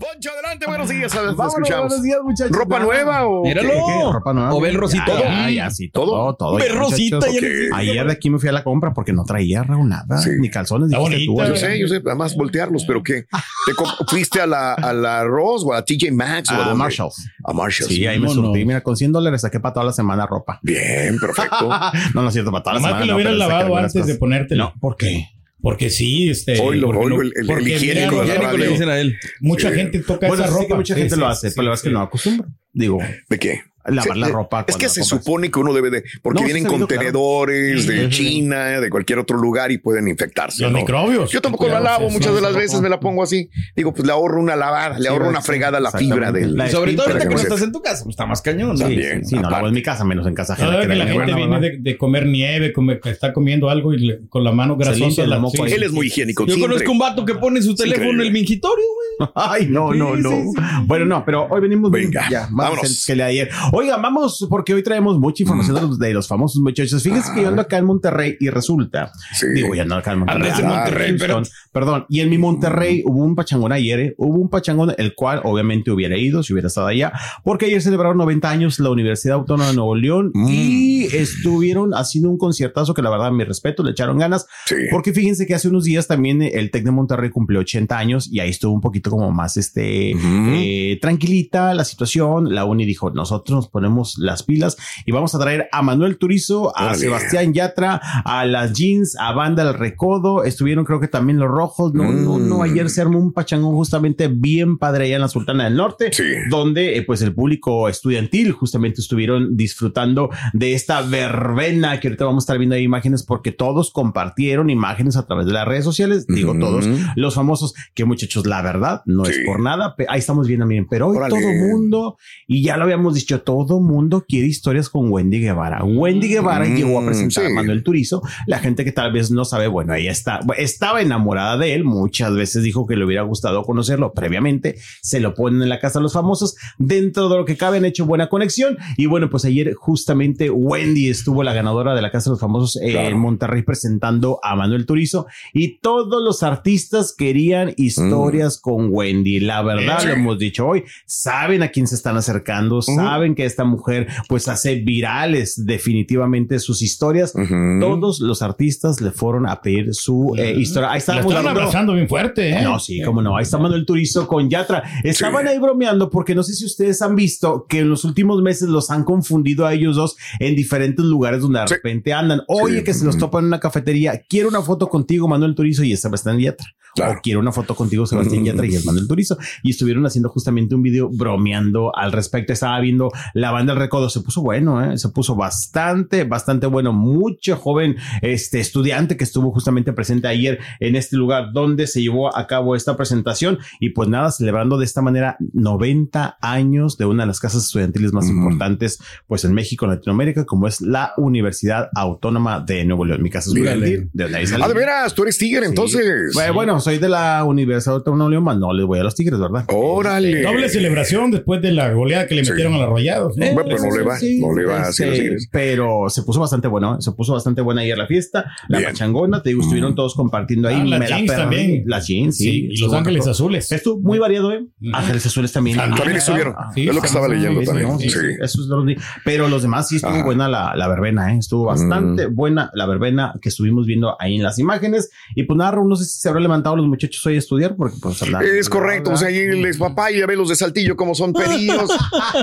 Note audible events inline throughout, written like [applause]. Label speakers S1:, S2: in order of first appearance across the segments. S1: Poncho, adelante, buenos días. Te
S2: Vámonos,
S1: escuchamos.
S2: buenos días, muchachos.
S1: ¿Ropa
S2: Ya.
S1: nueva o qué?
S2: ¿Qué, qué?
S3: Míralo.
S2: Ropa nueva.
S3: O ve el rosito.
S2: Ah, ya, sí, todo.
S1: Todo.
S2: Todo,
S3: Ve
S2: ya,
S3: rosita,
S2: muchachos.
S3: ya
S2: Ok.
S3: le-
S2: Ayer de aquí me fui a la compra porque no traía Raúl nada.
S1: Sí.
S2: Ni calzones,
S3: Está
S2: dijiste tú,
S3: bonita.
S1: Yo
S2: güey.
S1: sé, yo sé, además voltearlos, pero ¿qué? ¿Te
S2: [laughs]
S1: comp- ¿Fuiste a la, a la Ross o a la TJ Maxx o a
S2: A
S1: dónde?
S2: Marshalls.
S1: A Marshalls.
S2: Ah, Sí, ahí me
S3: Vámonos.
S2: surtí. Mira, con 100 dólares saqué para toda la semana ropa. [laughs]
S1: Bien, perfecto.
S2: No, no es cierto, para toda la
S3: Nomás
S2: semana.
S3: que lo
S2: no, pero
S3: hubieras
S2: saqué
S3: lavado
S2: algunas
S3: antes de
S2: cosas.
S3: ponértelo.
S2: No, ¿por qué?
S3: Porque sí, este.
S1: Hoy lo-
S3: porque
S1: hoy
S3: no-
S1: lo- el- el
S3: porque
S1: higiénico
S3: mira,
S1: de la
S3: higiénico
S1: radio.
S3: le dicen a él. Mucha
S1: Sí.
S3: gente toca
S2: Bueno,
S3: esa
S2: sí
S3: ropa.
S2: que mucha
S3: Sí,
S2: gente
S3: sí,
S2: lo hace,
S3: sí,
S2: pero la verdad es
S3: sí.
S2: que no acostumbro. Digo,
S1: ¿De qué?
S2: lavar
S1: Sí,
S2: la
S1: eh,
S2: ropa.
S1: Es
S2: cuando
S1: que
S2: la
S1: se
S2: compras.
S1: supone que uno debe de, porque
S2: No, sí
S1: vienen
S2: se ha
S1: con
S2: ido,
S1: contenedores
S2: claro.
S1: de
S2: Sí, sí, sí.
S1: China, de cualquier otro lugar y pueden infectarse.
S3: Los
S1: ¿no?
S3: microbios.
S1: Yo tampoco la lavo, muchas de las veces me la pongo así. Digo, pues le ahorro una lavada, le ahorro una fregada a la fibra
S2: exactamente.
S1: del.
S2: La-
S3: Y sobre todo ahorita
S1: Para
S3: que
S1: que
S3: no
S1: no se-
S3: estás en tu casa, pues está más cañón.
S2: Sí,
S3: ¿no?
S1: También,
S2: sí, sí, no,
S1: aparte.
S2: lavo en mi casa, menos en casa ajena.
S3: Ahora que
S2: de
S3: la
S2: mi
S3: gente
S2: hermana,
S3: viene
S2: ¿verdad?
S3: de, de comer nieve, come- está comiendo algo y le- con la mano
S2: limpia
S3: grasosa.
S2: el
S3: la-
S2: moco ahí.
S1: Él es muy higiénico.
S3: Yo
S1: siempre.
S3: conozco un vato que pone su teléfono
S1: increíble.
S3: en el mingitorio, güey.
S2: Ay, no, no,
S3: Sí,
S2: no.
S3: sí, sí.
S2: Bueno, no, pero hoy venimos
S1: Venga,
S2: ya, más
S1: vámonos. Mm.
S2: decentes que el de ayer. Oiga, vamos, porque hoy traemos mucha información de, los, de los famosos muchachos. Fíjense que yo ando acá en Monterrey y resulta,
S1: Sí.
S2: digo, yo ando acá en Monterrey.
S3: Andas en
S2: Ah,
S3: Monterrey,
S2: Houston. Perdón, y en mi Monterrey hubo un pachangón ayer, ¿eh? hubo un pachangón el cual obviamente hubiera ido si hubiera estado allá, porque ayer celebraron 90 años la Universidad Autónoma de Nuevo León
S1: Mm.
S2: y este, estuvieron haciendo un conciertazo que la verdad, mi respeto, le echaron ganas.
S1: Sí.
S2: Porque fíjense que hace unos días también el Tec de Monterrey cumplió 80 años y ahí estuvo un poquito como más este
S1: Ujú.
S2: eh, tranquilita la situación. La uni dijo nosotros nos ponemos las pilas y vamos a traer a Manuel Turizo, a
S1: Órale.
S2: Sebastián Yatra, a las Jeans, a Banda El Recodo. Estuvieron creo que también los Rojos. No, no, no.
S1: Mm.
S2: Ayer se armó un pachangón justamente bien padre allá en la Sultana del Norte
S1: Sí.
S2: donde eh, pues el público estudiantil justamente estuvieron disfrutando de esta verbena que ahorita vamos a estar viendo ahí imágenes porque todos compartieron imágenes a través de las redes sociales, digo
S1: Ujú.
S2: todos los famosos que muchachos la verdad no es
S1: Sí.
S2: por nada, pe- ahí estamos viendo miren, pero hoy
S1: Órale.
S2: todo mundo y ya lo habíamos dicho, todo mundo quiere historias con Wendy Guevara. Wendy Guevara
S1: Mm,
S2: llegó a presentar
S1: sí.
S2: a Manuel Turizo, la gente que tal vez no sabe, bueno, ella está estaba enamorada de él, muchas veces dijo que le hubiera gustado conocerlo previamente, se lo ponen en la casa de los famosos. Dentro de lo que cabe han hecho buena conexión. Y bueno, pues ayer justamente Wendy estuvo la ganadora de la casa de los famosos eh,
S1: Claro.
S2: en Monterrey presentando a Manuel Turizo y todos los artistas querían historias con Wendy. La verdad,
S1: Sí.
S2: lo hemos dicho hoy, saben a quién se están acercando, saben que esta mujer pues hace virales definitivamente sus historias.
S1: Ujú.
S2: Todos los artistas le fueron a pedir su eh, historia. Ahí
S3: La
S2: estábamos
S3: están
S2: hablando-
S3: abrazando bien fuerte, ¿eh?
S2: no, sí, cómo no. Ahí está Manuel Turizo con Yatra. Estaban ahí bromeando porque no sé si ustedes han visto que en los últimos meses los han confundido a ellos dos en diferentes lugares donde de
S1: Sí.
S2: repente andan. Oye,
S1: Sí.
S2: que se los topan en una cafetería. Quiero una foto contigo, Manuel Turizo y Sebastián Yatra.
S1: Claro. Mm.
S2: O quiero una foto contigo, Sebastián Yatra y es Manuel Turizo. Y estuvieron haciendo justamente un video bromeando al respecto. Estaba viendo la banda del recodo. Se puso bueno, ¿eh? se puso bastante, bastante bueno. Mucho joven este estudiante que estuvo justamente presente ayer en este lugar donde se llevó a cabo esta presentación. Y pues nada, celebrando de esta manera 90 años de una de las casas estudiantiles más
S1: Ujú.
S2: importantes, pues en México, en Latinoamérica, como es la Universidad Autónoma de Nuevo León. Mi casa es
S1: Mírale.
S2: estudiantil, de donde ahí salí.
S1: Ah, de veras, tú eres tigre, entonces.
S2: Bueno, bueno, soy de la Universidad Autónoma de Nuevo León, mas no le voy a los Tigres, ¿verdad?
S1: Órale.
S3: este, Doble celebración después de la goleada que le
S1: Sí.
S3: metieron a los rayados. ¿no?
S2: Eh,
S1: Bueno, pero no le va, no le va así a los
S2: este,
S1: Tigres.
S2: Pero se puso bastante bueno, ¿eh? se puso bastante buena ayer la fiesta, la
S1: Bien. Mm.
S2: pachangona, te digo, estuvieron todos compartiendo ahí.
S3: Ah, las
S2: me la
S3: jeans
S2: perdí.
S3: también.
S2: Las jeans, sí.
S3: Sí, y Los
S2: Estuvo
S3: Ángeles
S2: bueno.
S3: Azules.
S2: Estuvo muy variado, ¿eh?
S3: Ujú.
S2: Ángeles Azules también.
S3: También
S1: También estuvieron.
S2: ah,
S3: sí,
S1: es lo que
S3: sí,
S1: estaba
S3: sí,
S1: leyendo
S3: sí,
S1: también.
S2: ¿no?
S1: Sí.
S2: Eso es lo que- pero los demás sí estuvo
S1: Ajá. Mm.
S2: buena buena la, la verbena, ¿eh? estuvo bastante buena la verbena que estuvimos viendo ahí en las imágenes. Y pues nada, Raúl, no sé si se habrán levantado los muchachos hoy a estudiar, porque pues la-
S1: Es correcto, o sea, ahí el papá y ya ve los de Saltillo como son pedidos,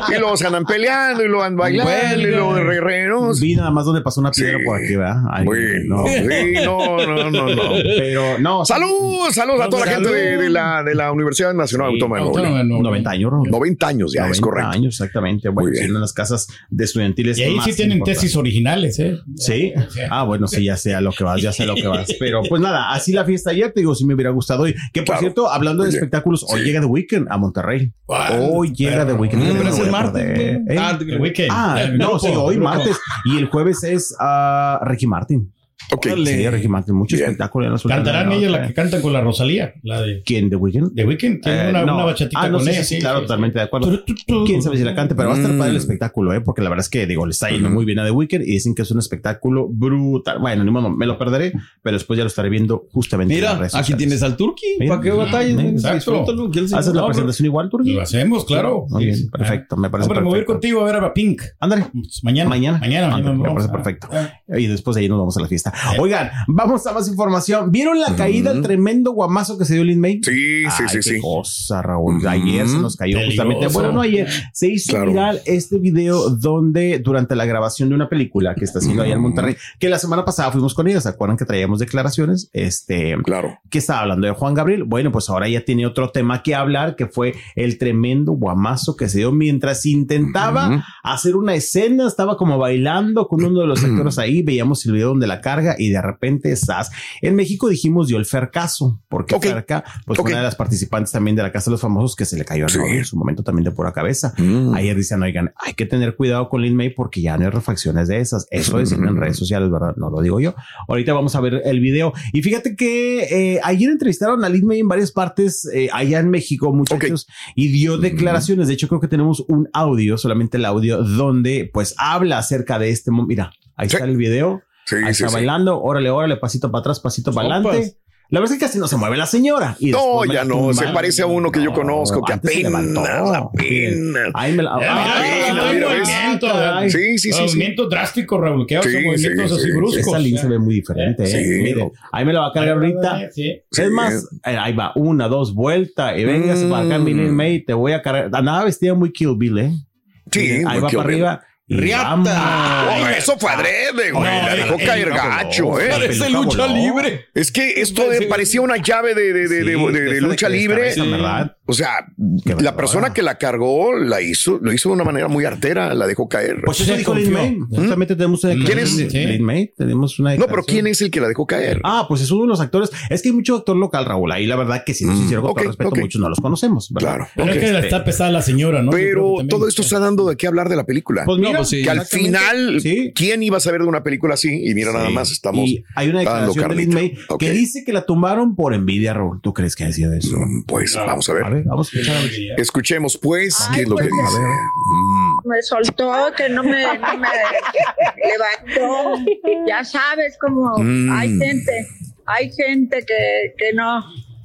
S1: y luego se andan peleando, y luego andan bailando, y luego re, re, ¿no?
S2: Vi nada más donde pasó una piedra
S1: Sí.
S2: por aquí, ¿verdad? Ay,
S1: Bueno,
S2: no.
S1: sí, no, no, [laughs] no,
S2: [laughs]
S1: no.
S2: Pero no,
S1: Salud, salud a toda la gente de, de la, de la Universidad Nacional Autónoma de Nuevo León.
S3: Autónoma, no.
S2: 90 años, Raúl.
S1: 90 años ya, es
S2: 90
S1: correcto.
S2: años, exactamente. Bueno,
S1: bien.
S2: siendo las casas de estudiantiles.
S3: Y ahí sí
S2: más
S3: tienen
S2: importantes.
S3: tesis originales, ¿eh?
S2: Sí. Ah, bueno, sí, ya sé a lo que vas, ya sé a lo que vas.
S1: [laughs]
S2: Pero pues nada, así la fiesta ayer, te digo, sí me hubiera gustado hoy. Que por
S1: Claro.
S2: cierto, hablando de
S1: Oye,
S2: espectáculos, hoy
S1: sí. Ah,
S2: llega The Weeknd a Monterrey. Hoy llega The Weeknd.
S3: Mm,
S2: Yo
S3: pero
S2: no
S3: es el
S2: me
S3: martes,
S2: acordé.
S3: güey.
S2: ¿Eh?
S3: Ah, el weekend.
S2: Ah,
S3: El
S2: no,
S3: grupo,
S2: sí, hoy
S3: el grupo.
S2: martes. Y el jueves es ah, Ricky Martin.
S1: Ok.
S2: Sí, Ricky Martin, mucho
S1: Bien.
S2: espectáculo en las últimas
S3: Cantarán
S2: horas,
S3: ellos la
S2: ¿eh?
S3: que cantan con la Rosalía, la de,
S2: ¿Quién? ¿The Weeknd?
S3: de Weekend. Tiene
S2: Eh,
S3: una,
S2: no.
S3: una bachatita
S2: Ah, no,
S3: con
S2: sí,
S3: ella.
S2: sí, sí, claro, totalmente de acuerdo.
S3: Tu, tu, tu.
S2: Quién sabe si la cante, pero va a estar padre el espectáculo, ¿eh? Porque la verdad es que, digo, le está yendo muy bien a The Weeknd y dicen que es un espectáculo brutal. Bueno, ni modo, me lo perderé, pero después ya lo estaré viendo justamente en las
S4: Mira,
S2: redes
S4: aquí
S2: sociales.
S4: tienes al Turqui.
S2: Mira.
S4: ¿Para qué
S2: Ajá,
S4: batallas?
S2: exacto.
S4: Disfrútalo, que él se-
S2: ¿Haces
S4: No,
S2: la
S4: pero-
S2: presentación igual, Turki?
S3: Pues, Lo hacemos, claro.
S2: Muy
S3: Sí,
S2: bien,
S3: sí.
S2: perfecto, me
S3: Ah,
S2: parece
S3: pero me voy a ir
S2: perfecto.
S3: contigo a ver a Pink. Pues,
S2: Ándale.
S3: Mañana.
S2: Mañana.
S3: Mañana. Ah,
S2: Ándale,
S3: mañana
S2: me
S3: vamos
S2: parece
S3: a-
S2: perfecto. Y después de ahí nos vamos a la fiesta.
S1: Eh.
S2: Oigan, vamos a más información. ¿Vieron la caída, el tremendo guamazo que se dio Lin May?
S1: Sí, sí,
S2: Ay,
S1: sí,
S2: qué
S1: sí.
S2: cosa, Raúl. Ayer se nos cayó
S3: Peligroso.
S2: justamente. Bueno, no ayer. Se hizo
S1: Claro.
S2: viral este video donde durante la grabación de una película que está haciendo allá en Monterrey, que la semana pasada fuimos con ellos. ¿Se acuerdan que traíamos declaraciones? Este,
S1: Claro.
S2: que estaba hablando de Juan Gabriel. Bueno, pues ahora ya tiene otro tema que hablar, que fue el tremendo guamazo que se dio mientras intentaba hacer una escena, estaba como bailando con uno
S1: [clears throat]
S2: de los actores ahí, veíamos el video donde la carga y de repente ¡zas! En México dijimos dio el Fercaso, porque
S1: Ok.
S2: Ferca, pues fue
S1: Ok.
S2: una de las participantes también de la Casa de los Famosos que se le cayó a
S1: Sí.
S2: novio en su momento también de pura cabeza.
S1: Mm.
S2: Ayer dicen, oigan, hay que tener cuidado con Lin May porque ya no hay refacciones de esas.
S1: [laughs]
S2: Eso dicen en redes sociales, ¿verdad? No lo digo yo. Ahorita vamos a ver el video. Y fíjate que eh, ayer entrevistaron a Lin May en varias partes eh, allá en México, muchachos, y dio declaraciones. De hecho, creo que tenemos un audio, solamente el audio, donde pues habla acerca de este. mo- Mira, ahí
S1: Sí.
S2: está el video.
S1: Sí,
S2: Ahí
S1: sí,
S2: está
S1: sí.
S2: bailando. Órale, órale, pasito para atrás, pasito para
S4: Sopas.
S2: adelante. La verdad es que casi no se mueve la señora. Y
S1: No,
S2: después me
S1: ya
S2: la
S1: no. Se
S2: tumbaron.
S1: parece a uno que yo
S2: No,
S1: conozco, que
S2: antes se levantó.
S1: apenas, apenas.
S2: Ahí me la.
S3: mira,
S2: Ah,
S1: mira, mira,
S2: ah,
S1: ves. Sí,
S2: caray.
S1: sí, sí.
S2: oh,
S1: sí.
S3: movimiento drástico, Raúl. Que hace
S1: Sí,
S3: movimientos
S1: sí,
S3: así
S1: sí,
S3: bruscos.
S2: Esa link se ve muy diferente.
S1: Sí.
S2: eh. Mire, ahí me la va a cargar ahorita.
S3: Sí.
S2: Es más, eh, ahí va, una, dos, vuelta, y vengas
S1: Mm.
S2: para acá, mi Lil May, te voy a cargar. Andaba vestida muy Kill Bill, ¿eh?
S1: Sí,
S2: Mire, ahí
S1: muy
S2: va
S1: Kill
S2: para
S1: Bill.
S2: arriba. y
S4: Riata.
S2: vamos. ah,
S1: Oh, eso fue adrede, güey.
S2: No,
S1: La dejó
S2: eh,
S1: caer
S2: eh, no, no,
S1: gacho, ¿eh?
S4: Parece
S2: peluca
S4: lucha
S2: voló.
S4: libre.
S1: Es que esto de- parecía una llave de, de- de-
S2: Sí,
S1: de- de- de
S2: esa
S1: lucha
S2: que
S1: libre.
S2: descabezan, ¿verdad?
S1: O sea,
S2: bárbara.
S1: la persona que la cargó la hizo, lo hizo de una manera muy artera, la dejó caer.
S2: Pues eso
S3: Se
S2: dijo Lin
S3: confió.
S2: May. Justamente tenemos una
S3: ¿Quién
S2: declaración
S3: es?
S2: de
S3: Sí.
S2: Lin May, tenemos una
S1: ¿Mm? No, pero
S2: declaración.
S1: ¿quién es el que la dejó caer?
S2: Ah, pues es uno de los actores. Es que hay mucho actor local, Raúl. Ahí la verdad que si nos
S1: Mm,
S2: hicieron con
S1: ok,
S2: todo respeto,
S1: ok.
S2: muchos no los conocemos. ¿verdad?
S1: Claro.
S3: Pero es
S1: ok.
S3: que está pesada la señora, ¿no? Yo creo que
S1: Pero
S3: también- eh.
S1: todo esto está dando de qué hablar de la película.
S2: Pues mira,
S4: No, pues sí.
S1: que al
S2: exactamente.
S1: final,
S2: Sí.
S1: ¿quién iba a saber de una película así? Y mira, nada
S2: Sí.
S1: más estamos.
S2: Y hay una
S1: dando
S2: declaración de Lin May
S1: carnita. Ok.
S2: que dice que la tumbaron por envidia, Raúl. ¿Tú crees que ha sido eso?
S1: Mm, Pues vamos a ver.
S2: A ver, vamos a escuchar.
S1: Escuchemos, pues, qué es lo que
S2: pues, a
S1: dice.
S2: ver.
S1: Mm.
S5: me soltó, que no me, no me levantó. Ya sabes cómo
S1: Mm.
S5: hay gente, hay gente que, que no,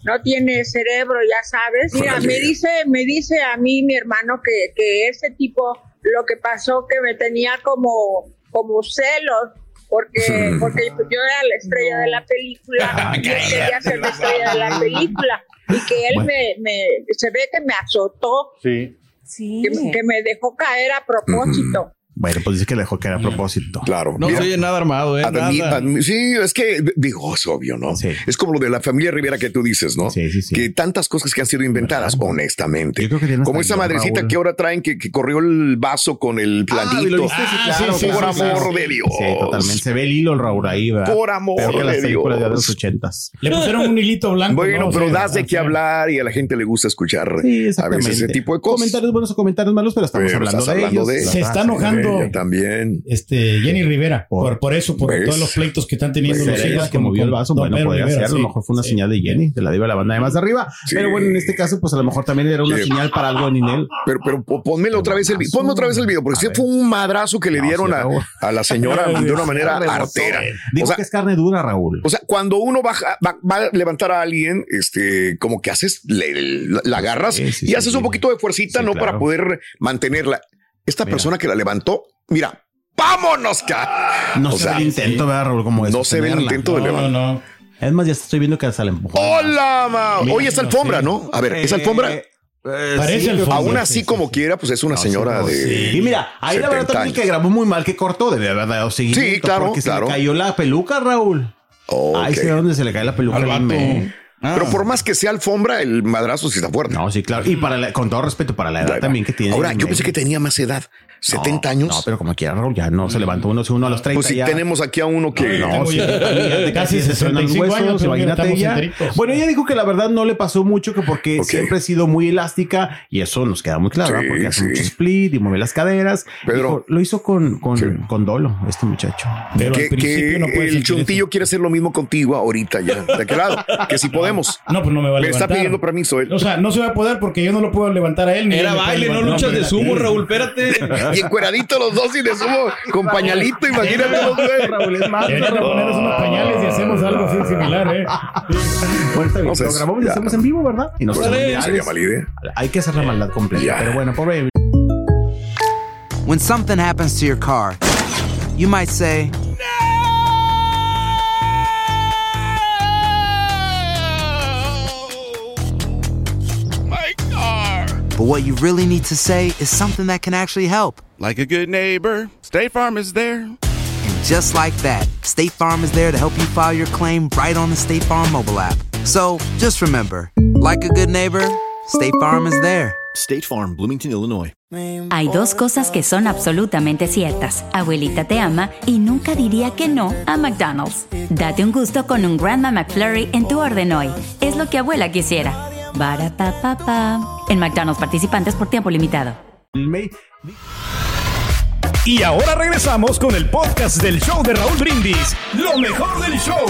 S5: no tiene cerebro, ya sabes. Mira,
S1: Órale.
S5: me dice, me dice a mí mi hermano que, que ese tipo lo que pasó que me tenía como, como celos. Porque, porque yo era la estrella de la
S1: Ah,
S5: película, y él quería ser la estrella de la película, y que él
S2: Bueno.
S5: me, me, se ve que me azotó,
S6: Sí.
S5: que, que me dejó caer a propósito.
S2: Bueno, pues dice que le dejó que era a propósito.
S1: Claro.
S4: No
S1: mira.
S4: se oye nada armado, ¿eh?
S1: Admi-
S4: Nada.
S1: admi- sí, es que digo, es obvio, ¿no?
S2: Sí.
S1: Es como lo de la familia Rivera que tú dices, ¿no?
S2: Sí, sí, sí.
S1: Que tantas cosas que han sido inventadas, honestamente.
S2: Yo creo que tiene
S1: como
S2: hasta
S1: esa
S2: guión,
S1: madrecita
S2: Raúl.
S1: que ahora traen que, que corrió el vaso con el
S2: Ah, ¿lo
S1: planito.
S2: viste? Sí,
S3: Ah,
S2: claro,
S3: sí, sí,
S2: claro,
S1: por
S3: sí, sí,
S1: amor
S3: sí.
S1: de Dios.
S2: Sí, totalmente. Se ve el hilo, Raúl, ahí, ¿verdad?
S1: Por amor
S2: Peor que las
S1: de
S2: películas de
S1: Dios.
S2: los ochentas.
S3: Le pusieron un hilito
S2: Ah,
S3: blanco.
S2: pues
S1: Bueno,
S3: ¿no?
S1: pero
S3: Sí,
S1: das de
S3: sí,
S1: qué
S3: sí.
S1: hablar y a la gente le gusta escuchar
S2: Sí,
S1: a
S2: exactamente.
S1: veces ese tipo de cosas.
S2: Comentarios buenos o comentarios malos, pero estamos
S1: Pero
S2: hablando,
S1: estás
S2: de
S1: hablando
S2: ellos.
S1: de-
S2: ¿verdad?
S3: Se está
S2: Sí,
S1: Ella
S3: enojando.
S1: también.
S3: Este, Jenny Rivera,
S2: Por-
S3: por, por, eso, por
S1: ¿Ves?
S3: todos los pleitos que están teniendo
S2: Será
S3: los
S2: ella
S3: hijos
S2: que
S3: con-
S2: movió el
S3: con
S2: vaso,
S3: Don
S2: bueno,
S3: Pedro
S2: podría
S3: Rivera,
S2: ser, a lo
S3: sí.
S2: mejor fue una
S3: Sí.
S2: señal de Jenny, de la diva de la banda de más arriba,
S1: Sí.
S2: pero bueno, en este caso, pues a lo mejor también era una
S1: Sí.
S2: señal para algo en Inel.
S1: Pero, pero po- ponmelo otra vez el vi- ponme otra vez el video, porque
S2: A
S1: sí
S2: ver.
S1: fue un madrazo que le
S2: No,
S1: dieron
S2: sí,
S1: a,
S2: Raúl.
S1: a la señora
S2: [laughs]
S1: de una manera
S2: Rebotó.
S1: artera.
S2: Digo
S1: O sea,
S2: que es carne dura, Raúl.
S1: O sea, cuando uno baja- va, va a levantar a alguien, este, como que haces, le- la, la agarras
S2: Sí, sí,
S1: y
S2: sí,
S1: haces
S2: sí.
S1: un poquito de fuercita,
S2: Sí,
S1: ¿no?
S2: claro.
S1: Para poder mantenerla. Esta
S2: Mira.
S1: persona que la levantó, mira, vámonos, ca.
S2: No
S1: O
S2: se
S1: sea,
S2: ve el intento, ¿verdad, Raúl? Como de
S1: no se ve el
S2: sostenerla.
S1: intento de
S3: No,
S1: levantar.
S3: no.
S2: Es más, ya estoy viendo que hasta la empujó.
S1: Hola, ma.
S2: Me
S1: Oye, es
S2: imagino,
S1: alfombra,
S2: sí.
S1: ¿no? A ver, es alfombra.
S2: Eh, eh,
S3: Parece
S2: sí,
S3: alfombra.
S1: Aún
S3: sí,
S1: así,
S3: sí,
S1: como
S3: sí.
S1: quiera, pues es una señora de.
S2: Y mira, ahí la verdad
S1: 70
S2: también que
S1: años.
S2: grabó muy mal, que cortó, de verdad. o seguimiento,
S1: Sí, claro,
S2: Porque
S1: claro.
S2: se le cayó la peluca, Raúl. Ahí
S1: Ok.
S2: se ve donde se le cae la peluca.
S3: Al
S2: al
S3: vato.
S2: men. Ah.
S1: Pero por más que sea alfombra, el madrazo sí está fuerte.
S2: No, sí, claro. Y para la- con todo respeto, para la edad también que tiene.
S1: Ahora, yo
S2: men.
S1: pensé que tenía más edad. 70
S2: No,
S1: años.
S2: No, pero como quiera, Raúl, ya no se levantó uno, uno a los 30.
S1: pues si
S2: ya.
S1: tenemos aquí a uno que.
S3: No,
S2: No,
S3: Tengo
S2: sí,
S3: ya-
S2: también, de
S3: casi
S2: casi 65
S3: 65 años,
S2: años,
S3: pero mira,
S2: imagínate
S3: estamos
S2: ella.
S3: entericos.
S2: Bueno, ella dijo que la verdad no le pasó mucho, que porque
S1: Ok.
S2: siempre ha sido muy elástica y eso nos queda muy claro,
S1: Sí,
S2: porque hace
S1: sí.
S2: mucho split y mueve las caderas.
S1: Pedro.
S2: Dijo, lo hizo con, con,
S1: Sí.
S2: con dolo, este muchacho.
S3: Pero
S1: que,
S3: al principio
S1: que
S3: no puedes
S1: el
S3: sentir
S1: chuntillo quiere hacer lo mismo contigo ahorita ya. De qué lado? que si podemos.
S3: eso. No, pues no me va a
S1: Me está
S3: levantar.
S1: pidiendo permiso ¿eh?
S3: [laughs]
S1: él.
S3: O sea, no se va a poder porque yo no lo puedo levantar a él. ni
S4: Era
S3: él me puede
S4: baile, no
S3: levantar.
S4: luchas de
S3: espérate.
S4: sumo, Raúl, espérate.
S1: Y encueraditos los dos y le subo con pañalito, imagínate los
S3: Eh,
S1: dos.
S3: Deberían de ponernos unos pañales y hacemos algo así similar, ¿eh?
S2: Bueno, está bien,
S1: No sé,
S2: lo grabamos y lo
S1: ya.
S2: hacemos en vivo, ¿verdad? Y nos
S1: Pues,
S2: hacemos
S1: no sería
S2: virales.
S1: mala idea.
S2: Hay que hacer la maldad completa,
S1: Ya.
S2: pero bueno, pobre
S7: When something happens to your car, you might say, But what you really need to say is something that can actually help.
S4: Like a good neighbor, State Farm is there.
S7: And just like that, State Farm is there to help you file your claim right on the State Farm mobile app. So just remember, like a good neighbor, State Farm is there.
S4: State Farm, Bloomington, Illinois.
S7: Hay dos cosas que son absolutamente ciertas. Abuelita te ama y nunca diría que no a McDonald's. Date un gusto con un Grandma McFlurry en tu orden hoy. Es lo que abuela quisiera. Barapapapa. En McDonald's participantes por tiempo limitado.
S2: May.
S7: Y ahora regresamos con el podcast del show de Raúl Brindis. Lo mejor del show.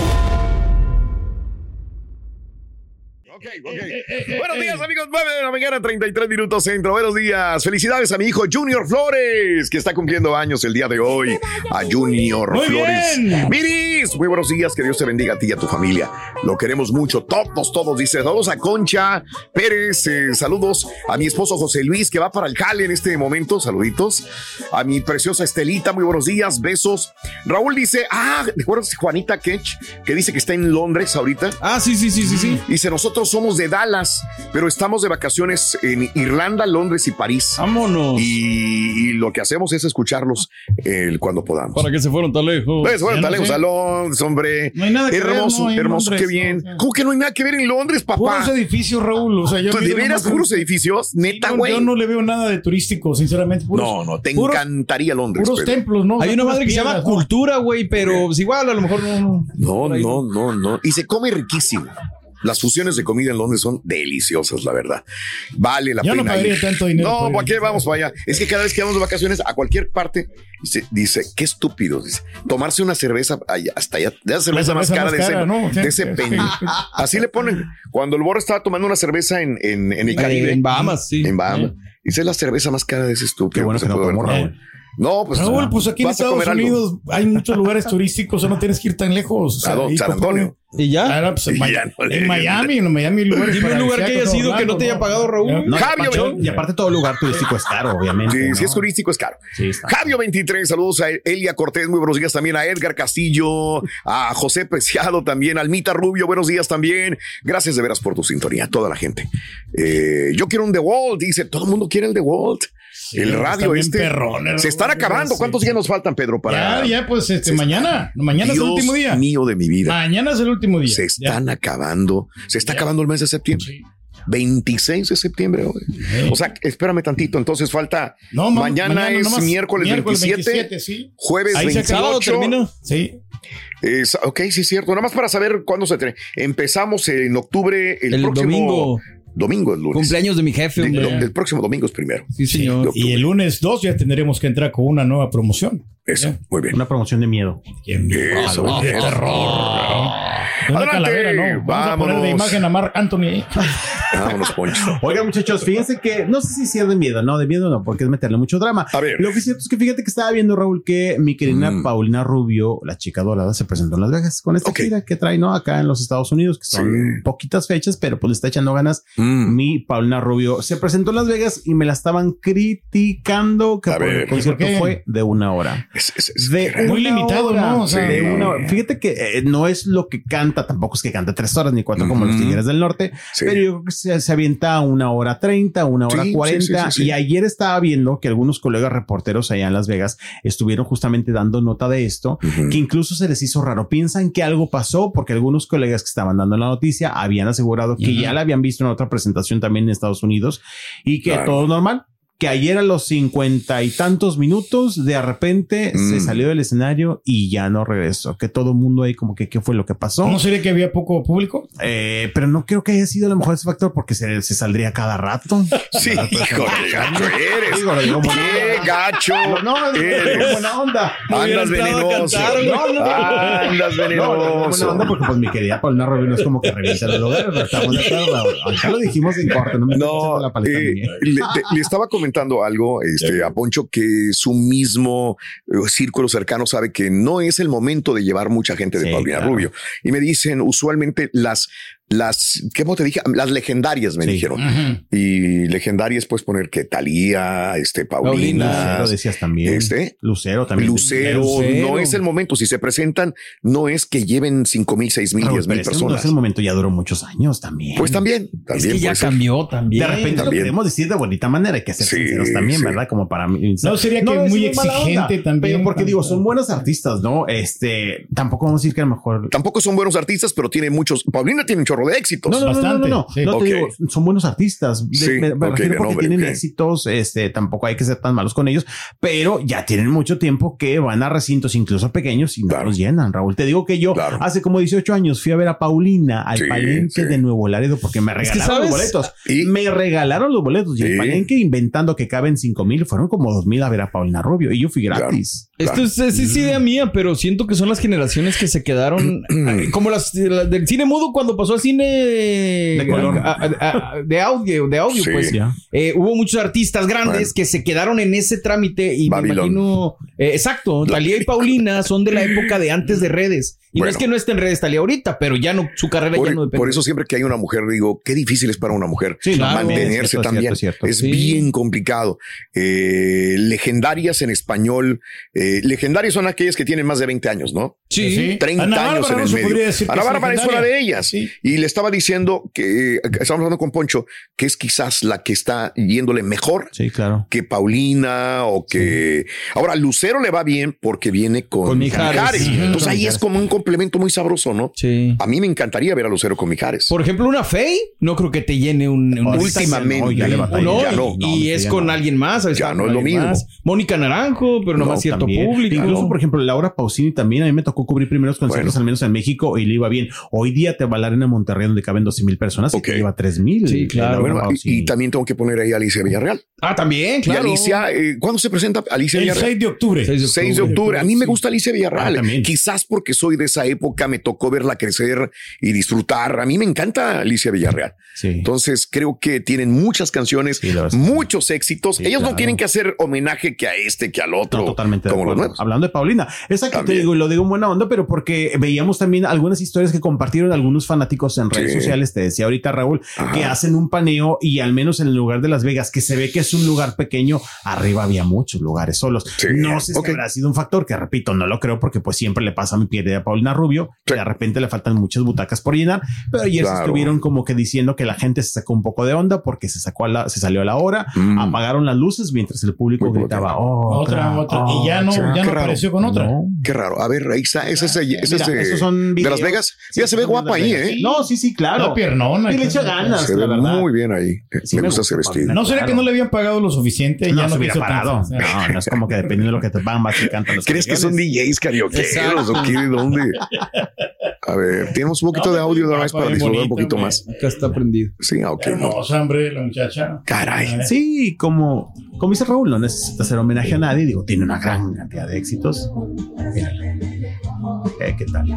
S1: Ok,
S3: Eh,
S1: ok. Buenos días, amigos. 9 de la mañana, 33 minutos centro. Buenos días. Felicidades a mi hijo Junior Flores, que está cumpliendo años el día de hoy. A Junior
S3: Muy
S1: Flores.
S3: bien.
S1: Miris, muy buenos días. Que Dios te bendiga a ti y a tu familia. Lo queremos mucho. Todos, todos. Dice, saludos a Concha Pérez. eh, saludos a mi esposo José Luis, que va para el Cali en este momento. Saluditos. A mi preciosa Estelita, muy buenos días. Besos. Raúl dice, ah, ¿te acuerdas de Juanita Ketch? Que dice que está en Londres ahorita.
S4: Ah, sí, sí, sí, sí, sí.
S1: Dice, nosotros somos de Dallas, pero estamos de vacaciones en Irlanda, Londres y París.
S4: Vámonos.
S1: Y, y lo que hacemos es escucharlos eh, cuando podamos.
S4: Para que se fueron tan lejos.
S1: Pues bueno,
S3: Ya
S1: dale,
S3: no sé.
S1: salón, pues, hombre.
S3: No hay nada que ver,
S1: hermoso,
S3: no, ahí en
S1: hermoso,
S3: Londres,
S1: qué bien.
S3: no, sí.
S1: ¿Cómo que no hay nada que ver en Londres, papá?
S3: Puros edificios, Raúl. O sea, yo
S1: Pues, ¿De
S3: miro
S1: veras
S3: nomás-
S1: puros edificios? Neta,
S3: Yo-
S1: güey.
S3: Yo no le veo nada de turístico, sinceramente. puros-
S1: No, no, te
S3: puros-
S1: encantaría Londres.
S3: Puros
S1: Pedro.
S3: templos, ¿no?
S4: Hay una madre que se llama
S3: Cultura.
S4: Cultura, güey, pero pues, igual a lo mejor no. no.
S1: No, no, no, no. Y se come riquísimo. Las fusiones de comida en Londres son deliciosas, la verdad. Vale la
S3: Yo no
S1: pena.
S3: pagaría
S1: ir.
S3: tanto dinero por
S1: No,
S3: ir.
S6: pues,
S1: ¿para qué vamos para allá? Es que cada vez que vamos de vacaciones a cualquier parte, dice, dice qué estúpido. Dice, tomarse una cerveza allá- hasta allá, de la cerveza, más
S3: cerveza
S1: cara,
S3: más cara,
S1: de,
S3: ¿no?
S1: ese, de ese pendejo. Así le ponen. Cuando el Borre estaba tomando una cerveza en, en, en el Caribe,
S4: En Bahamas, sí.
S1: en Bahamas, dice, es la cerveza más cara de ese
S2: Qué
S1: estúpido.
S2: bueno
S1: se
S2: que no
S1: puede haber
S2: tomó
S1: tomado".
S2: Raúl.
S1: No, pues,
S3: Raúl, pues aquí en
S1: vas a
S3: Estados
S1: comer algo.
S3: Unidos hay muchos lugares turísticos, o sea, no tienes que ir tan lejos. O sea,
S1: ¿A dónde?
S3: ahí
S1: San
S3: con-
S1: Antonio.
S4: ¿Y ya?
S3: Ah, pues, en,
S1: Y
S3: Ma-
S1: ya no le-
S3: en Miami, en Miami hay lugares.
S4: Dime un lugar que haya
S3: paradisíacos,
S4: sido que no te haya pagado, Raúl.
S2: No, y
S1: Javi,
S2: aparte-
S1: Abellón.
S2: y aparte todo lugar turístico es caro, obviamente.
S1: Sí,
S2: ¿no?
S1: si es turístico es caro.
S2: Sí, está.
S1: Javio 23, saludos a Elia Cortés, muy buenos días también a Edgar Castillo, a José Preciado también, a Almita Rubio, buenos días también. Gracias de veras por tu sintonía, toda la gente. Eh, yo quiero un The Walt, dice, todo el mundo quiere el The Walt. el
S3: pero
S1: radio
S3: están bien
S1: este.
S3: perrones,
S1: se están
S3: Raúl,
S1: acabando.
S3: sí.
S1: ¿Cuántos días nos faltan, Pedro? Para
S3: Ya, ya, pues este,
S1: Sí.
S3: mañana. Mañana es
S1: Dios
S3: el último día. Ah,
S1: mío de mi vida.
S3: Mañana es el último día.
S1: Se están acabando. Se está acabando el mes de septiembre.
S3: Sí.
S1: 26 de septiembre. güey.
S3: Sí.
S1: O sea, espérame tantito. Entonces falta.
S3: No, ma-
S1: mañana, es
S3: nomás,
S1: miércoles, 27,
S3: sí.
S1: jueves
S3: Ahí se
S1: 28.
S4: Sábado termina.
S3: Sí.
S1: Es- ok, sí, cierto. Nada más para saber cuándo se tre- Empezamos en octubre, el,
S4: El
S1: próximo
S4: domingo.
S1: Domingo, el lunes.
S4: Cumpleaños de mi jefe,
S1: De-
S4: hombre.
S1: lo- el próximo domingo es primero.
S4: Sí, señor.
S3: Y el lunes 2 ya tendremos que entrar con una nueva promoción.
S1: Eso, muy bien.
S2: Una promoción de miedo.
S3: Qué
S1: Eso,
S3: malo,
S1: bien.
S3: qué terror. Una
S1: Adelante.
S3: calavera, ¿no? Vamos a poner de
S1: Vámonos.
S3: imagen a Marc Anthony.
S1: Vámonos,
S6: [laughs]
S1: Poncho.
S2: Oiga, muchachos, fíjense que no sé si sea de miedo, no, de miedo no, porque es meterle mucho drama.
S1: A ver.
S2: Lo que es cierto es que fíjate que estaba viendo, Raúl, que mi querida
S1: Mm.
S2: Paulina Rubio, la chica dorada, se presentó en Las Vegas con esta
S1: Ok.
S2: gira que trae, ¿no? Acá en los Estados Unidos, que son
S1: Sí.
S2: poquitas fechas, pero pues le está echando ganas.
S1: Mm.
S2: Mi Paulina Rubio se presentó en Las Vegas y me la estaban criticando que
S1: A
S2: por
S1: ver.
S2: el concierto
S3: ¿Por qué?
S2: fue de una hora.
S1: Es- es- es-
S2: De
S1: era-
S3: Muy
S2: una
S3: limitado,
S2: hora,
S3: ¿no? O sea,
S2: de
S1: Sí.
S2: una hora. Fíjate que eh, no es lo que canta, tampoco es que canta tres horas ni cuatro como los
S1: Ujú.
S2: Tigres del Norte,
S1: Sí.
S2: pero yo creo que se, se avienta a una hora treinta, una hora
S1: Sí, sí,
S2: cuarenta.
S1: sí, sí, sí.
S2: Y ayer estaba viendo que algunos colegas reporteros allá en Las Vegas estuvieron justamente dando nota de esto,
S1: Ujú.
S2: que incluso se les hizo raro. Piensan que algo pasó porque algunos colegas que estaban dando la noticia habían asegurado que
S4: Ujú.
S2: ya la habían visto en otra presentación también en Estados Unidos y que
S1: Claro.
S2: todo normal. Que ayer a los cincuenta y tantos minutos, de repente se
S1: Mm.
S2: salió del escenario y ya no regresó. Que todo mundo ahí, como que, ¿qué fue lo que pasó?
S3: ¿No sería que había poco público?
S2: Eh, pero no creo que haya sido a lo mejor ese factor porque se, se saldría cada rato.
S1: Sí, hijo, qué gacho [laughs] eres.
S2: Digo, lo digo como-
S1: Qué gacho.
S2: No, no,
S1: eres.
S2: buena onda.
S1: Andas venenoso.
S2: No, no.
S1: Andas
S2: No, no, buena
S1: venenoso.
S2: onda porque pues mi querida Paulina Rubio no es como que revienta el hogar, pero estamos de acuerdo. Raúl. Acá lo dijimos en corte, no me estoy
S1: No,
S2: echando la paleta a
S1: eh,
S2: mí, ¿eh?
S1: le, te- le estaba comentando algo este, a Poncho que su mismo eh, círculo cercano sabe que no es el momento de llevar mucha gente de
S2: Sí,
S1: Paulina
S2: claro.
S1: Rubio. Y me dicen usualmente las, las, ¿qué cómo te dije? Las legendarias me
S2: Sí.
S1: dijeron.
S3: Ujú.
S1: Y legendarias puedes poner que Talía, este, Paulina,
S2: Lucero decías también.
S1: este,
S2: Lucero también.
S1: Lucero,
S4: Lucero.
S1: no es el momento. Si se presentan, no es que lleven cinco mil, seis mil,
S2: Raúl,
S1: diez mil
S2: pero este ese no
S1: personas.
S2: es el momento, ya duró muchos años también.
S1: Pues también,
S4: Es
S1: también. pues
S4: que ya
S1: puede ser.
S4: cambió también.
S2: De repente
S1: También.
S2: lo podemos decir de bonita manera, hay que ser
S1: Sí,
S2: sinceros también,
S1: sí.
S2: ¿verdad? Como para mí.
S3: No, sería que
S2: lo
S3: muy
S2: decimos mala
S3: exigente también.
S2: Pero porque
S3: Tanto.
S2: digo, son buenos artistas, ¿no? Este, tampoco vamos a decir que a lo mejor.
S1: Tampoco son buenos artistas, pero tiene muchos. Paulina tiene un chorro de éxitos.
S2: No, no, no, no, no, no,
S3: Bastante,
S2: no
S1: sí.
S2: te digo,
S1: Ok.
S2: son buenos artistas. De-
S1: Sí,
S2: me, me
S1: ok,
S2: refiero
S1: de
S2: porque
S1: nombre,
S2: tienen
S1: ok.
S2: éxitos, este, tampoco hay que ser tan malos con ellos, pero ya tienen mucho tiempo que van a recintos incluso pequeños y no
S1: Claro.
S2: los llenan, Raúl. Te digo que yo
S1: Claro.
S2: hace como 18 años fui a ver a Paulina al
S1: Sí,
S2: palenque
S1: sí.
S2: de Nuevo Laredo porque me
S4: Es que,
S2: regalaron los
S4: ¿sabes?
S2: boletos.
S1: Y-
S2: me regalaron los boletos y
S1: Sí.
S2: el palenque inventando que caben 5 mil, fueron como 2 mil a ver a Paulina Rubio y yo fui
S1: Claro.
S2: gratis.
S4: Esto es, es- es idea mía, pero siento que son las generaciones que se quedaron eh, como las, las del cine mudo cuando pasó al cine de
S2: color.
S4: de audio, de audio,
S1: Sí.
S4: pues.
S2: Ya.
S4: Eh, hubo muchos artistas grandes
S1: Bueno.
S4: que se quedaron en ese trámite y
S1: Babilón.
S4: me imagino. eh, exacto,
S1: La-
S4: Talía y Paulina son de la época de antes de redes. Y no
S1: Bueno.
S4: es que no esté en redes Talía ahorita, pero ya no, su carrera ya
S1: Por,
S4: no depende.
S1: por eso siempre que hay una mujer digo, qué difícil es para una mujer
S2: Sí, no,
S4: Claro.
S2: es
S1: mantenerse
S2: cierto,
S1: también.
S2: es cierto,
S1: Es
S2: es
S4: cierto. Sí.
S1: bien complicado. Eh, legendarias en español. eh, legendarias son aquellas que tienen más de 20 años, ¿no?
S4: Sí.
S1: 30
S3: Ana
S1: años
S3: Bárbara
S1: en
S3: no
S1: el
S3: se
S1: medio.
S3: podría decir que
S1: Ana
S3: es
S1: Bárbara es una
S3: legendaria.
S1: de ellas.
S3: Sí.
S1: Y le estaba diciendo que, eh, estábamos hablando con Poncho, que es quizás la que está yéndole mejor
S2: Sí, claro.
S1: que Paulina o que... Ahora, Lucero le va bien porque viene con,
S4: Con Mijares. Ujú.
S1: Entonces
S2: Con
S1: ahí
S2: Mijares.
S1: es como un complemento muy sabroso, ¿no?
S4: Sí.
S1: A mí me encantaría ver a Lucero con Mijares.
S4: Por ejemplo, una Fey, no creo que te llene un, un-
S1: Últimamente.
S2: No, ya le batallé.
S4: No,
S1: Ya
S4: y-
S1: no.
S4: y, es con alguien más. a veces
S1: Ya
S4: con
S1: no es lo
S4: alguien
S1: mismo.
S4: más. Mónica Naranjo, pero nomás
S2: No,
S4: cierto
S2: también.
S4: público.
S2: Incluso, por ejemplo, Laura Pausini también. A mí me tocó cubrir primeros conciertos,
S1: Bueno.
S2: al menos en México, y le iba bien. Hoy día te va a la Arena Monterrey, donde caben 12 mil personas,
S1: Ok.
S2: y te lleva 3 mil. eh,
S4: Sí, claro.
S2: Laura
S1: Bueno, y-
S2: Pausini.
S1: y, también tengo que poner ahí a Alicia Villarreal.
S4: ah, también, claro.
S1: Y Alicia, eh, ¿cuándo se presenta Alicia
S3: El
S1: Villarreal?
S3: 6 de octubre.
S4: 6
S1: 6 de octubre. A mí me gusta Alicia Villarreal.
S2: Ah, también.
S1: Quizás porque soy de esa época, me tocó verla crecer y disfrutar. A mí me encanta Alicia Villarreal.
S2: Sí.
S1: Entonces creo que tienen muchas canciones,
S2: Sí, la verdad es que
S1: muchos éxitos.
S2: Sí,
S1: Ellos no
S2: claro.
S1: tienen que hacer homenaje que a este, que al otro.
S2: No, totalmente de
S1: como los
S2: acuerdo.
S1: nuevos.
S2: Hablando de Paulina, esa que te
S1: También.
S2: digo y lo digo en buena onda, pero porque veíamos también algunas historias que compartieron algunos fanáticos en redes
S1: Sí.
S2: sociales. Te Este, decía ahorita Raúl
S1: Ajá.
S2: que hacen un paneo y al menos en el lugar de Las Vegas, que se ve que es un lugar pequeño, arriba había muchos lugares solos.
S1: Sí.
S2: No sé si
S1: Ok.
S2: habrá sido un factor que repito, no lo creo porque pues siempre le pasa a mi piel a Paulina Rubio.
S1: Sí.
S2: que De repente le faltan muchas butacas por llenar, pero ayer se
S1: Claro.
S2: estuvieron como que diciendo que la gente se sacó un poco de onda porque se sacó a la, se salió a la hora,
S1: Mm.
S2: apagaron las luces mientras el público
S1: Muy poco
S2: gritaba "Oh,
S1: tiempo.
S2: otra,
S3: Otra, otra. y ya no,
S1: otra.
S3: ya
S1: Qué
S3: no
S1: raro.
S3: apareció con otra.
S2: No.
S1: Qué raro. A ver, ahí está. Ese es, ese es
S2: Mira,
S1: de-
S2: esos son
S1: de Las
S2: videos.
S1: Vegas.
S2: Sí,
S1: ya se ve
S2: son
S1: guapa
S2: de
S1: ahí,
S2: Las
S1: ¿eh?
S2: Vegas. No, sí, sí, claro.
S3: La piernona.
S2: Y le echa ganas.
S1: Se ve
S2: la verdad.
S1: muy bien ahí.
S2: Sí,
S1: me
S2: me
S1: gusta ese
S2: gusta,
S1: vestido.
S3: ¿No será que no le habían pagado lo suficiente?
S2: No,
S3: ya
S2: se
S3: no
S2: hubiera
S3: quiso
S2: parado.
S3: tanto.
S2: No, no es como que dependiendo de lo que te van, vas y cantan las
S1: ¿Crees que son
S2: canciones.
S1: DJs carioqueros
S4: Exacto.
S1: o qué? ¿De ¿Dónde?
S2: [laughs]
S1: A ver, tenemos un poquito
S3: No,
S2: pues
S1: de audio de
S3: pero
S1: una vez para
S3: bien
S1: disfrutar un
S3: bonito,
S1: poquito
S3: hombre.
S1: más.
S4: Acá está prendido.
S1: Sí, ah, ok. no.
S3: Hermosa, hombre, la muchacha. Eh,
S1: Caray.
S2: Sí, como, como dice Raúl, no necesita hacer homenaje a nadie. Digo, tiene una gran cantidad de éxitos. Mírala. Eh, ¿Qué tal?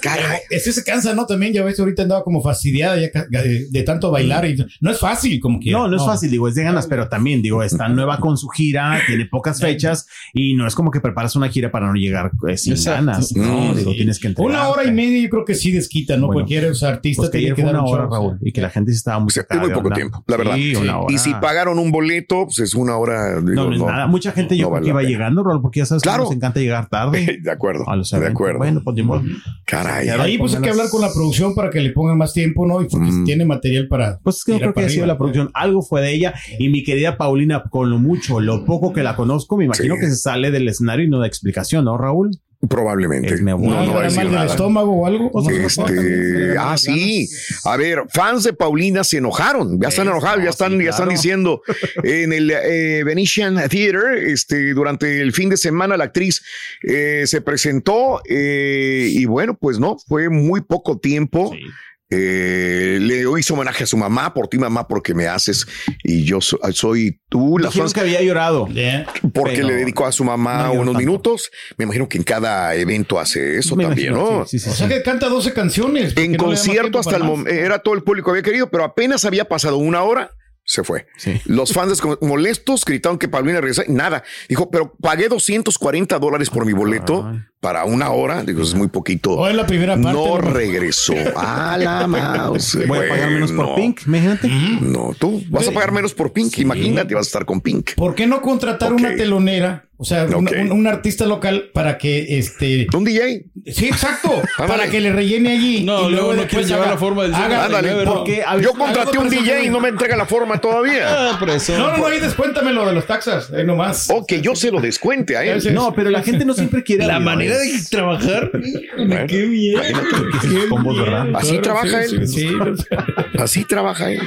S1: Caray.
S3: Ese se cansa, ¿no? También, ya ves, ahorita andaba como fastidiada ya ca- de, de tanto bailar. Y, no es fácil, como que.
S2: No, no es fácil, digo, es de ganas, pero también, digo, está nueva con su gira, tiene pocas fechas y no es como que preparas una gira para no llegar eh, sin
S4: Exacto.
S2: ganas. No, digo, tienes que entregar.
S3: Una hora y media, yo creo que sí desquita, ¿no?
S2: Bueno,
S3: Cualquier o sea, artista
S2: Pues que
S3: tiene
S2: ayer
S3: que
S2: fue
S3: dar
S2: una
S3: un
S2: hora,
S3: show.
S2: Raúl, y que la gente estaba muy
S1: Se fue
S2: sacada
S1: Pues, muy
S2: de
S1: poco
S2: onda.
S1: tiempo, la verdad.
S2: Sí, una hora.
S1: Y si pagaron un boleto, pues es una hora. digo,
S2: no, no es nada. Mucha gente yo
S1: no
S2: creo
S1: vale
S2: que
S1: la
S2: iba
S1: pena.
S2: llegando, Raúl, porque ya sabes que
S1: Claro.
S2: nos encanta llegar
S1: [laughs]
S2: tarde.
S1: [laughs] De acuerdo.
S2: a los
S1: De
S2: eventos.
S1: acuerdo.
S2: Bueno, pues, ni modo.
S1: Caray.
S2: Ya,
S3: Ahí pues hay
S2: pongan
S3: que
S2: las-
S3: hablar con la producción para que le pongan más tiempo, ¿no? Y porque
S1: Mm.
S3: tiene material para.
S2: Pues es que no
S3: Mira
S2: creo que
S3: para
S2: haya sido
S3: arriba.
S2: la producción. Algo fue de ella. Y mi querida Paulina, con lo mucho, lo poco que la conozco, me imagino
S1: Sí.
S2: que se sale del escenario y no da explicación, ¿no, Raúl?
S1: Probablemente.
S2: Es mi abuelo.
S1: No, no va a
S3: ¿Estará
S1: decir
S3: mal del
S1: nada.
S3: estómago o algo? No sé,
S2: [laughs]
S3: ¿no?
S1: Este, ah, sí. A ver, fans de Paulina se enojaron, ya están
S2: Es,
S1: enojados,
S2: no,
S1: ya están,
S2: sí,
S1: ya están
S2: claro.
S1: diciendo en el eh, Venetian Theater, este, durante el fin de semana la actriz eh, se presentó eh, y bueno, pues no, fue muy poco tiempo. Eh, le hizo homenaje a su mamá, por ti mamá, porque me haces y yo so- soy tú, la
S2: Dijeron
S1: fans
S2: que había llorado.
S3: Ya.
S1: porque
S2: pero
S1: le dedicó a su mamá
S2: no lloró
S1: unos
S2: tanto.
S1: minutos. Me imagino que en cada evento hace eso
S2: Me
S1: también,
S2: imagino,
S1: ¿no?
S2: sí, sí, sí,
S3: O sea
S2: sí.
S3: que canta 12 canciones. porque
S1: En
S3: no le da más
S1: concierto
S3: tiempo
S1: hasta el
S3: para más.
S1: momento era todo el público había querido, pero apenas había pasado una hora, se fue.
S2: Sí.
S1: Los fans desco- molestos gritaron que Paulina regresó y nada. Dijo, pero pagué 240 dólares por mi boleto
S2: Ay.
S1: para una hora. Digo, es muy
S3: O
S1: poquito.
S3: en la primera parte.
S1: No
S3: ¿no?
S1: regresó. A la mouse.
S2: [laughs] Ah, Voy a pagar menos por
S1: Bueno,
S2: Pink, imagínate.
S1: No, tú vas a pagar menos por Pink. Imagínate, vas a estar con Pink.
S3: ¿Por qué no contratar
S1: Ok.
S3: una telonera? O sea, un-
S1: Ok.
S3: un, un artista local para que este.
S1: Un DJ.
S3: Sí, exacto. para
S1: [laughs] Ándale.
S3: que le rellene allí.
S4: No,
S3: y
S4: luego no
S3: después
S4: quieren llevar
S3: haga-
S4: la forma del
S3: haga-
S1: Ándale,
S4: 59, ¿no?
S1: porque
S2: a ver,
S1: yo contraté un
S3: algo parece
S1: DJ y
S3: muy-
S1: no me entrega la forma [laughs] todavía.
S4: Ah, por eso.
S3: No, no, no, ahí descuéntamelo de los taxas. Ahí nomás.
S1: O que yo se lo descuente a él.
S2: [laughs] No, pero la gente no siempre quiere.
S4: La manera de trabajar.
S1: Bueno.
S4: Qué bien.
S2: esos combos, ¿verdad?
S1: Así [laughs] trabaja él.
S3: Sí,
S1: Así trabaja él.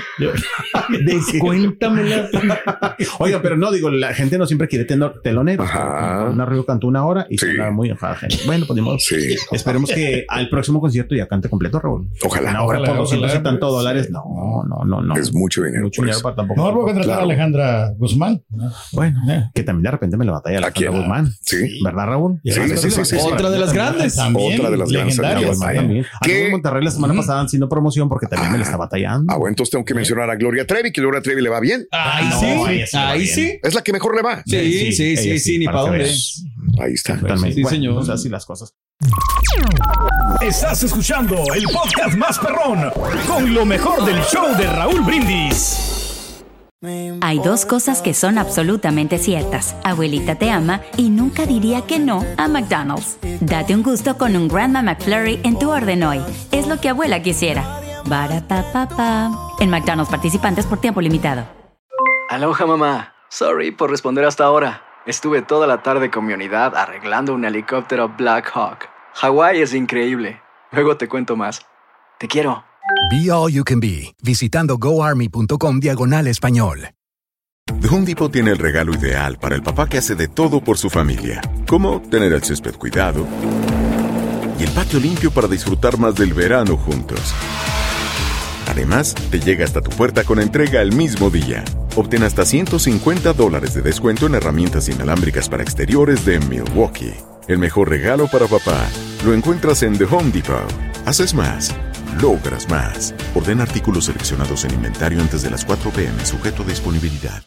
S4: Descuéntamela.
S2: [laughs] Oiga, pero no, digo, la gente no siempre quiere tener teloneros.
S1: Ajá.
S2: Una radio cantó una hora y
S1: Sí.
S2: se andaba muy enojada gente. Bueno, pues ni modo.
S1: Sí.
S2: Esperemos que al próximo concierto ya cante completo, Raúl.
S1: Ojalá.
S2: Una hora
S3: Ojalá,
S2: por 200 y
S3: ojalá,
S2: tantos
S3: pues,
S2: dólares.
S3: sí.
S2: No, no, no, no.
S1: Es mucho dinero.
S2: Mucho
S1: por
S2: dinero
S1: eso.
S2: para tampoco.
S3: No, voy a contratar
S1: Claro.
S3: a Alejandra Guzmán.
S2: Bueno,
S3: Eh.
S2: que también de repente me la batalla
S1: ¿A
S2: Alejandra
S1: quién?
S2: Guzmán.
S1: Sí.
S2: ¿Verdad, Raúl?
S1: Sí, sí, sí, sí, sí.
S4: Otra de las grandes.
S3: También,
S1: Otra de las grandes
S2: Alejandra
S3: legendarias.
S1: Alejandra
S2: Guzmán
S1: batalla.
S2: también.
S1: ¿Qué?
S2: Anduvo en Monterrey la semana pasada haciendo promoción porque también me la está batallando.
S1: Ah, bueno, entonces tengo que mencionar a Gloria Trevi, que Gloria Trevi le va bien.
S3: Ah.
S4: Ahí
S2: No, ahí sí
S4: sí.
S2: va
S4: Ahí
S2: bien.
S4: sí.
S1: Es la que mejor le va.
S4: Sí, sí,
S2: Eh, ella
S4: sí, sí, ni
S2: para
S4: para
S2: que
S4: dónde.
S2: veas.
S1: Ahí está.
S2: Totalmente.
S4: Sí,
S2: Bueno,
S4: señor.
S2: pues así las cosas.
S6: Estás escuchando el podcast más perrón con lo mejor del show de Raúl Brindis.
S7: Hay dos cosas que son absolutamente ciertas. Abuelita te ama y nunca diría que no a McDonald's. Date un gusto con un Grandma McFlurry en tu orden hoy. Es lo que abuela quisiera. Barapapapa. En McDonald's participantes por tiempo limitado.
S8: Aloha mamá. Sorry por responder hasta ahora. Estuve toda la tarde con mi unidad arreglando un helicóptero Black Hawk. Hawái es increíble. Luego te cuento más. Te quiero.
S9: Be All You Can Be, visitando goarmy.com diagonal español.
S10: The Home Depot tiene el regalo ideal para el papá que hace de todo por su familia, como tener el césped cuidado y el patio limpio para disfrutar más del verano juntos. Además, te llega hasta tu puerta con entrega el mismo día. Obtén hasta 150 dólares de descuento en herramientas inalámbricas para exteriores de Milwaukee. El mejor regalo para papá lo encuentras en The Home Depot. Haces más, logras más. Orden artículos seleccionados en inventario antes de las 4 p.m. sujeto a disponibilidad.